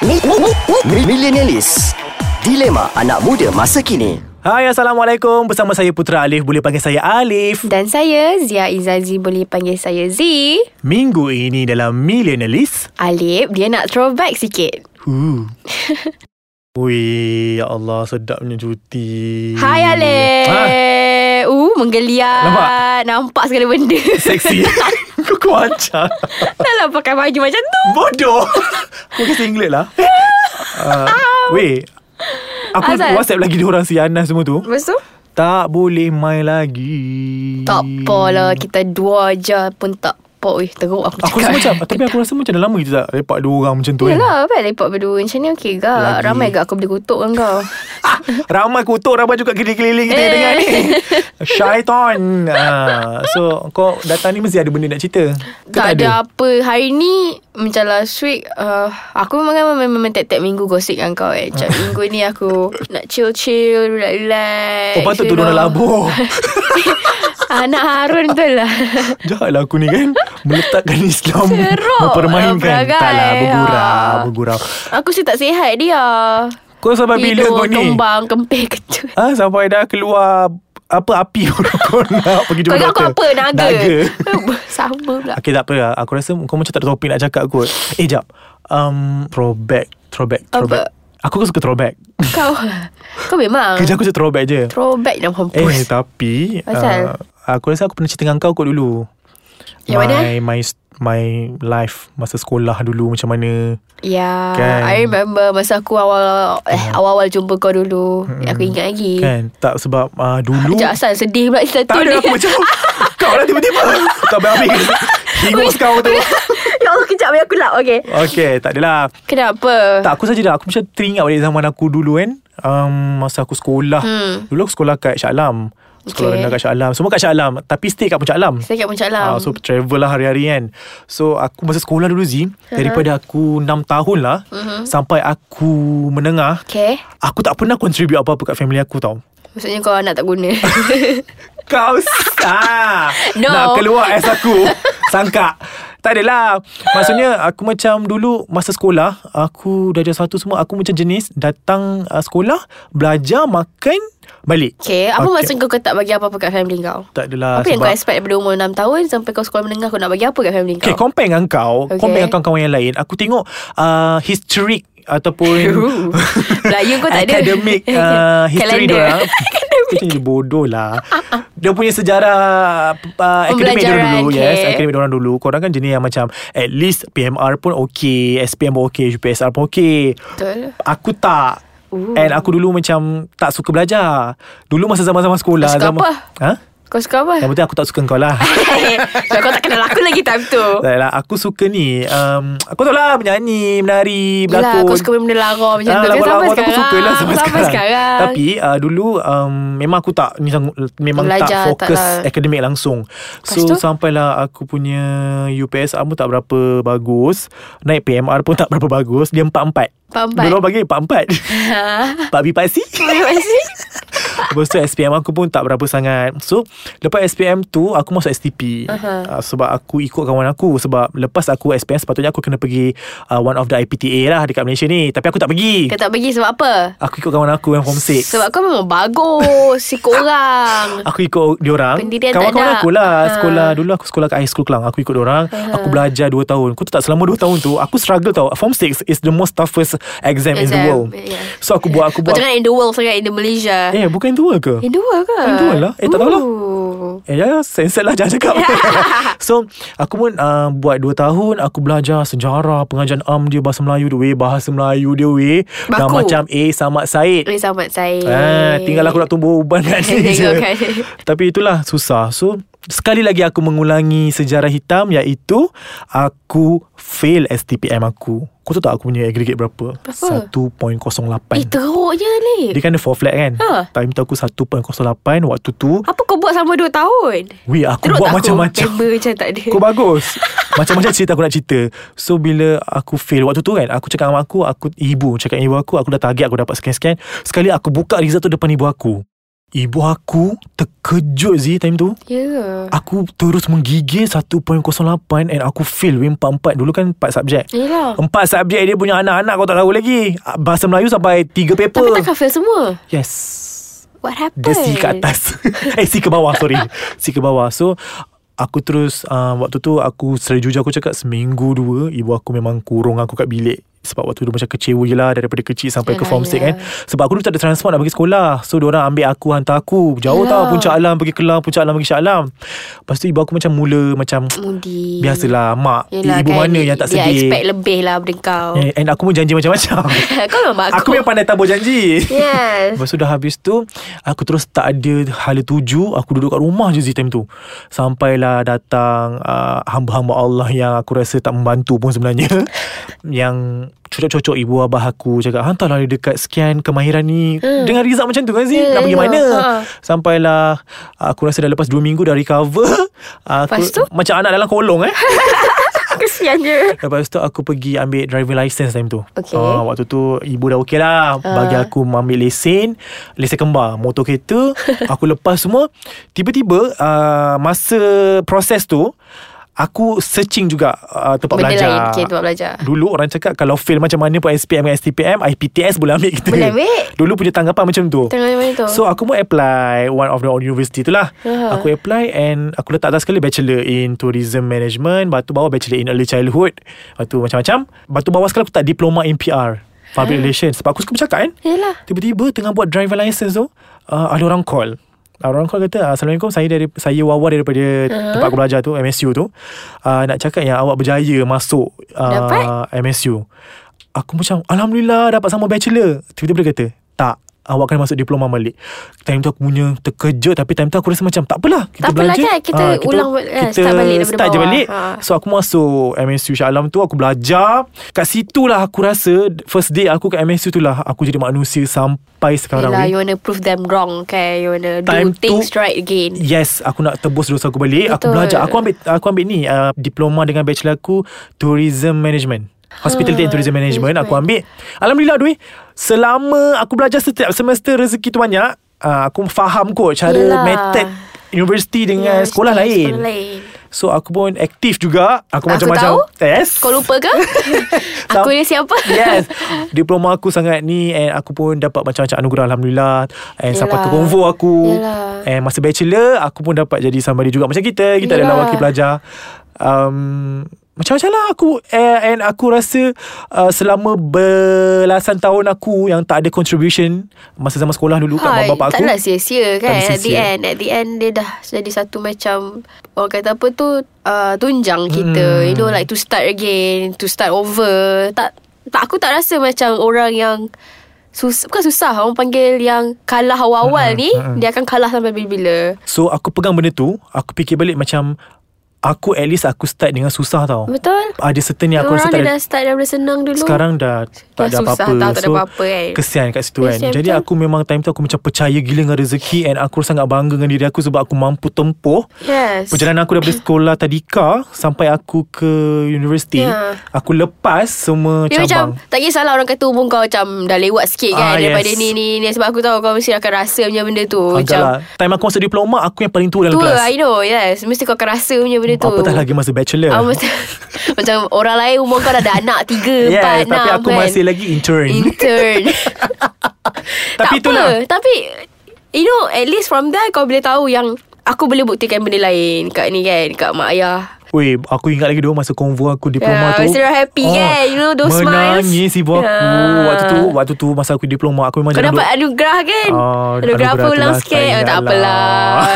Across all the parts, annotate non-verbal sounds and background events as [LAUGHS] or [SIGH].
Mi- mi- mi- mi- Millenialis Dilema anak muda masa kini Hai Assalamualaikum Bersama saya Putra Alif Boleh panggil saya Alif Dan saya Zia Izazi boleh panggil saya Z. Minggu ini dalam Millionaire [LAUGHS] List Alip dia nak throwback sikit. Ooh. Ui, ya Allah sedapnya cuti Hai Alip. Ha, Uh, menggeliat. Nampak? Nampak segala benda. [LAUGHS] Seksi Kau kuaca Dah lah pakai baju macam tu. Bodoh Kau kasi Inggeris lah uh, Weh Aku Azal. whatsapp lagi diorang si Anas semua tu Lepas tu? Tak boleh main lagi Tak apa lah. Kita dua je pun tak apa. Ui, teruk aku cakap. Aku Ya lah. rasa macam Tapi aku rasa macam dah lama kita tak lepak dua orang macam tu kan. Yalah, apa lepak berdua macam ni okey gak. Lagi. Ramai gak aku boleh kutuk kan kau. Ah, ramai kutuk Ramai juga keliling-keliling kita Eh. dengar ni [LAUGHS] Syaitan ah, So kau datang ni mesti ada benda nak cerita Ke tak, ada apa. Hari ni macam last week uh, aku memang memang memang tek-tek minggu gosip dengan kau eh. [LAUGHS] Macam minggu ni aku nak chill-chill, relax-relax. Oh patut you turun know. [LAUGHS] labuh Anak Harun tu lah. [LAUGHS] Jahatlah aku ni kan Meletakkan Islam Serok, Mempermainkan lah, beragai. Tak lah bergurau Ah. Bergurau Aku sih tak sihat dia. Kau sampai bila Tidur, kau ni kembang, kempih, kecut. Ah, Sampai dah keluar Apa api orang [LAUGHS] kau nak Pergi jumpa Kau ingat aku doktor. apa? Naga. Naga [LAUGHS] Sama pula. Okay tak apa lah Aku rasa kau macam tak ada topik nak cakap kot Eh jap um, Throwback Throwback Apa? Throwback Aku kan suka throwback Kau, kau memang. Kerja aku macam throwback je Throwback dalam Eh hampus. tapi uh, Asal? Aku rasa aku pernah cerita dengan kau kot dulu Yang mana? My, my, my life Masa sekolah dulu macam mana Ya, Kan. Hmm. I remember masa aku awal eh, awal-awal jumpa kau dulu. Aku ingat lagi. Kan Tak sebab uh, dulu Eh. Sekejap Asal sedih pula cerita Tak tu ada ni. aku macam Kau lah tiba-tiba Tak habis-habis Hingus kau tu [LAUGHS] ya Allah kejap biar aku lap Okay Okay tak adalah Kenapa? Tak aku saja dah Aku macam teringat balik zaman aku dulu kan um, Masa aku sekolah hmm. Dulu aku sekolah kat Shah Alam Sekolah Okay. rendah kat Shah Alam Semua kat Shah Alam Tapi stay kat Puncak Alam Saya kat Puncak Ah, Lam so travel lah hari-hari kan So aku masa sekolah dulu Z uh-huh. Daripada aku 6 tahun lah uh-huh. Sampai aku menengah Okay Aku tak pernah contribute apa-apa kat family aku tau Maksudnya kau anak tak [LAUGHS] guna Kau sah [LAUGHS] No. Nak keluar es aku [LAUGHS] Sangka Tak adalah Maksudnya aku macam dulu Masa sekolah Aku darjah satu semua Aku macam jenis Datang uh, sekolah Belajar Makan Balik Okay Okay. Apa okay. maksud kau kau tak bagi apa-apa kat family kau? Tak adalah Apa yang sebab kau expect daripada umur 6 tahun Sampai kau sekolah menengah Kau nak bagi apa kat family Okay, kau? compare dengan kau okay. Okay. Compare dengan kawan-kawan yang lain Aku tengok uh, Historic Ataupun [LAUGHS] Ooh. Melayu kau tak ada [LAUGHS] Academic uh, History Calendar. [LAUGHS] diorang Academic Bodoh lah Dia punya sejarah uh, Akademik diorang Pembelajaran, dulu okay. Yes Akademik diorang dulu Korang kan jenis yang macam At least PMR pun okay SPM pun okay UPSR pun okay Betul Aku tak Ooh. And aku dulu macam Tak suka belajar Dulu masa zaman-zaman sekolah Kau suka zaman, apa? Ha? Kau suka apa? Yang penting aku tak suka kau lah [LAUGHS] Sebab kau tak kenal aku lagi time [LAUGHS] tu Tak lah Aku suka ni um, Aku tahu lah Menyanyi Menari Yelah Berlakon aku suka benda larau macam tu Ah, Kan sampai lawa-lawa tu sekarang Aku suka lah sampai, Sampai sekarang Tapi uh, dulu um, Memang aku tak ni sanggup- Memang Belajar, tak fokus tak lah. Akademik langsung So tu? sampailah Aku punya UPSR pun tak berapa bagus Naik PMR pun tak berapa bagus Dia 4-4 Empat-empat. Dulu orang panggil 4-4 [LAUGHS] Pak B Pak C Masih Lepas tu SPM aku pun tak berapa sangat So Lepas SPM tu Aku masuk STP uh-huh. uh, Sebab aku ikut kawan aku Sebab lepas aku SPM Sepatutnya aku kena pergi uh, One of the IPTA lah Dekat Malaysia ni Tapi aku tak pergi Kau tak pergi sebab apa? Aku ikut kawan aku yang form 6 Sebab kau memang bagus Sikit [LAUGHS] orang Aku ikut diorang Pendirian tak Kawan-kawan ada. aku lah Ha. Sekolah Dulu aku sekolah kat high school Kelang Aku ikut diorang Aku belajar 2 tahun Aku tak selama 2 tahun tu Aku struggle tau Form 6 is the most toughest Exam in the Exam, world yeah. So aku buat Aku Kau buat tengah in the world sangat In the Malaysia Eh bukan in the world ke In the world ke? In the world lah. Eh, tak tahulah. Ooh. Eh ya, ya Sensor lah jangan [LAUGHS] cakap So Aku pun uh, Buat 2 tahun Aku belajar Sejarah Pengajian am dia Bahasa Melayu dia weh Bahasa Melayu dia weh Dah Baku. Eh. macam A Samad Said Boleh selamat saya Ah, tinggal aku nak tumbuh uban [LAUGHS] kat sini je. Tengok kan. Tapi itulah susah. So sekali lagi aku mengulangi sejarah hitam iaitu aku fail STPM aku. Kau tahu tak aku punya aggregate berapa? Berapa? 1.08. Eh teruknya Dia Alif kan ada 4 flat kan Ha. Time tu aku 1.08 Waktu tu Apa kau buat selama 2 tahun? Weh aku Teruk buat tak macam-macam aku? Member macam tak ada Kau bagus Macam-macam cerita aku nak cerita So bila aku fail Waktu tu kan Aku cakap dengan mak aku Aku ibu Cakap dengan ibu aku Aku dah target aku dapat scan-scan Sekali aku buka result tu depan ibu aku Ibu aku terkejut Zee time tu Ya yeah. Aku terus menggigil 1.08 And aku fail weh 4-4 Dulu kan 4 subjek Yelah Empat subjek dia punya anak-anak kau tak tahu lagi Ah, Bahasa Melayu sampai 3 Tapi paper tak fail semua Yes What happened? Dia C ke atas [LAUGHS] Eh C ke bawah sorry C ke bawah So Aku terus uh, Waktu tu aku Secara jujur aku cakap Seminggu dua Ibu aku memang kurung aku kat bilik sebab waktu tu macam kecewa je lah Daripada kecil sampai ke Yalah, form 6 ya. kan Sebab aku dulu tak ada transport nak pergi sekolah So diorang ambil aku Hantar aku Jauh Yalah. tau Puncak Alam pergi Kelang Puncak Alam pergi Shah Alam Lepas tu ibu aku macam mula Macam Mudi Biasalah mak Mm. Yelah, Ibu kan, mana yang tak Dia sedih expect lebih lah Daripada kau Eh, And aku pun janji macam-macam [LAUGHS] Kau memang Aku [LAUGHS] aku Ya. yang pandai tabur janji Yes Lepas tu dah habis tu Aku terus tak ada hala tuju Aku duduk kat rumah je Z time tu Sampailah datang uh, Hamba-hamba Allah yang aku rasa tak membantu pun sebenarnya [LAUGHS] Yang cocok-cocok ibu abah aku Cakap hantarlah dia dekat sekian kemahiran ni Dengan result macam tu kan Z Hmm. Ya, Nak pergi ya, mana ha. Sampailah Aku rasa dah lepas 2 minggu dah recover aku, Lepas tu? Macam anak dalam kolong eh Kesiannya Lepas tu aku pergi ambil driving license time tu Okay. Ah, Waktu tu ibu dah okey Ah. lah Bagi aku ambil lesen Lesen kembar Motor kereta [LAUGHS] Aku lepas semua Tiba-tiba uh, Masa proses tu Aku searching juga uh, tempat Benda belajar lain Okay tempat belajar Dulu orang cakap Kalau fail macam mana pun SPM dengan STPM IPTS boleh ambil kita Boleh ambil. Dulu punya tanggapan macam tu Tengah macam tu Uh-huh. So aku pun apply One of the university tu lah Aha. Aku apply And aku letak atas sekali Bachelor in tourism management Lepas tu bawah bachelor in early childhood Lepas tu macam-macam Lepas tu bawah sekali aku tak diploma in PR Ah. Public relations Sebab aku suka bercakap kan Yelah Tiba-tiba tengah buat driver license tu uh, Ada orang call Ada Orang call kata "Ah, Assalamualaikum Saya dari saya Wawa daripada uh-huh. Tempat aku belajar tu MSU tu uh, Nak cakap yang awak berjaya Masuk uh, Dapat? MSU Aku macam Alhamdulillah dapat sama bachelor Tiba-tiba dia kata Tak Awak kena masuk diploma balik Time tu aku punya terkejut Tapi time tu aku rasa macam Tak apalah Kita Tak apalah belajar Ah, kan, kita ulang balik, eh, kita start balik daripada start je bawah. balik Ha. So aku masuk MSU Shah Alam tu Aku belajar Kat situ lah aku rasa First day aku kat MSU tu lah Aku jadi manusia sampai sekarang Yelah ni. you wanna prove them wrong kan You wanna Time do tu- things right again Yes Aku nak tebus dosa aku balik Aku Betul. belajar Aku ambil aku ambil ni uh, Diploma dengan bachelor aku Tourism Management Hospitality and Ah, Tourism Management Aku ambil Alhamdulillah duit Selama aku belajar setiap semester Rezeki tu banyak uh, Aku faham kot Cara Yelah. method Universiti dengan Yes, sekolah yes, lain Ya, Sekolah lain So aku pun aktif juga Aku, Aku macam-macam tahu. Yes Kau lupa [LAUGHS] ke? aku ni siapa? [LAUGHS] Yes Diploma aku sangat ni And aku pun dapat macam-macam anugerah Alhamdulillah And Yelah. sampai ke konvo aku Yelah. And masa bachelor Aku pun dapat jadi somebody juga Macam kita Kita Yelah. adalah wakil pelajar um, Macam-macam lah aku eh, And aku rasa uh, Selama belasan tahun aku Yang tak ada contribution Masa zaman sekolah dulu Kat mak bapak aku Taklah sia-sia Tak kan ada At the sia-sia. end At the end Dia dah jadi satu macam Orang kata apa tu uh, Tunjang kita Hmm. You know like to start again To start over Tak tak aku tak rasa macam orang yang sus, Bukan susah Orang panggil yang Kalah Ha, awal-awal ni Dia akan kalah sampai bila-bila So aku pegang benda tu Aku fikir balik macam Aku at least aku start dengan susah tau Betul? Ada certain yang aku rasa orang dia tak ada dah start daripada senang dulu Sekarang dah tak Dah ada susah apa-apa tau, tak ada apa-apa kan. Kesian kat situ kan Kesian Jadi betul. aku memang time tu Aku macam percaya gila dengan rezeki And aku sangat bangga dengan diri aku Sebab aku mampu tempuh Yes Perjalanan aku daripada sekolah tadika Sampai aku ke universiti Ya. Aku lepas semua Dia cabang macam Tak kisahlah orang kata umur kau Macam dah lewat sikit kan Ah, Daripada yes. ni ni ni Sebab aku tahu kau mesti akan rasa Punya benda tu Agak Oh, Macam lah Time aku masuk diploma Aku yang paling tua dalam Tua I kelas know yes Mesti kau akan rasa punya benda tu Apatah lagi masa bachelor Ah, mesti, [LAUGHS] Macam orang lain umur kau dah ada anak Tiga, Yes, empat, enam Tapi aku kan. masih lagi intern [LAUGHS] Intern Tapi Tak itulah apa Tapi You know at least from there Kau boleh tahu yang Aku boleh buktikan benda lain Kat ni kan Kat mak ayah Weh, aku ingat lagi dulu masa konvo aku diploma Ya, tu. Ah, mesti dah happy kan? You know, those smiles. Menangis ibu aku. Ya. Waktu tu, waktu tu masa aku diploma, aku memang Kau dapat anugerah kan Ah, Anugerah anugerah apa tu ulang lah, sikit oh, Tak sayang lah. apalah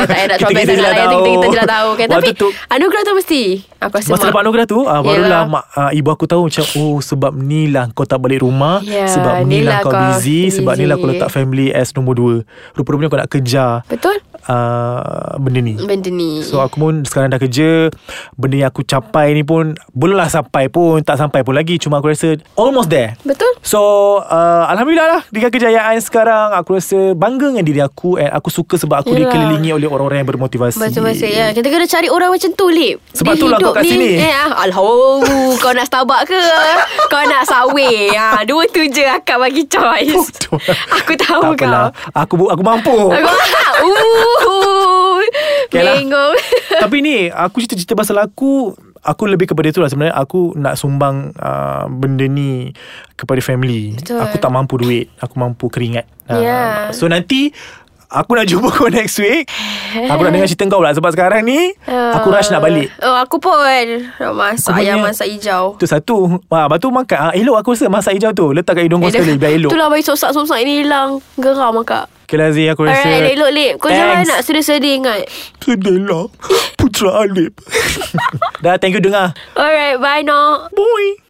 Tak payah nak [LAUGHS] Kita- throwback kita je sangat lah lah Kita, kita je lah tahu. tahu kan Waktu Tapi tu- Anugerah tu mesti Aku rasa Masa mak- dapat anugerah tu ah, Yelah. Barulah mak, ah, ibu aku tahu macam Oh sebab ni lah kau tak balik rumah Ya, Sebab ni ni lah lah kau kau busy, Sebab ni lah busy. kau letak family as nombor dua Rupa-rupanya kau nak kejar Betul ah, Benda ni Benda ni So aku pun sekarang dah kerja Benda yang aku capai ni pun Belum lah sampai pun Tak sampai pun lagi Cuma aku rasa Almost there Betul So uh, Alhamdulillah lah Dengan kejayaan sekarang Aku rasa bangga dengan diri aku And aku suka sebab aku Yelah. dikelilingi oleh orang-orang yang bermotivasi Masa-masa ya. Kita kena cari orang macam tu Lip Sebab Di itulah hidup kau kat ni, sini. eh, ah, Alhamdulillah Kau nak Starbucks ke Kau nak Sawe way ha, Dua tu je akak bagi choice Aku tahu tak apalah. kau Aku bu- aku mampu. [LAUGHS] Aku Uh, Okay lah. Bengong Tapi ni aku cerita-cerita pasal aku aku lebih kepada tu lah sebenarnya aku nak sumbang uh, benda ni kepada family. Betul. Ya. Aku tak mampu duit, aku mampu keringat. Ah, Yeah. so nanti Aku nak [LAUGHS] jumpa kau next week Aku nak dengar cerita kau lah Sebab sekarang ni Aku rush nak balik Oh, aku pun nak masak Aku ayam punya- masak hijau. Tu satu ha, Lepas tu makan ha, Elok aku rasa masak hijau tu Letak kat Eh, hidung kau sekali Biar elok Itulah bayi sosak-sosak ini hilang. Geram akak. Okay Lazi aku rasa Alright, elok lip. Kau jangan Thanks. nak sedih-sedih ingat. Sedihlah Putra Alip Dah thank you dengar Alright, bye Nok. Boy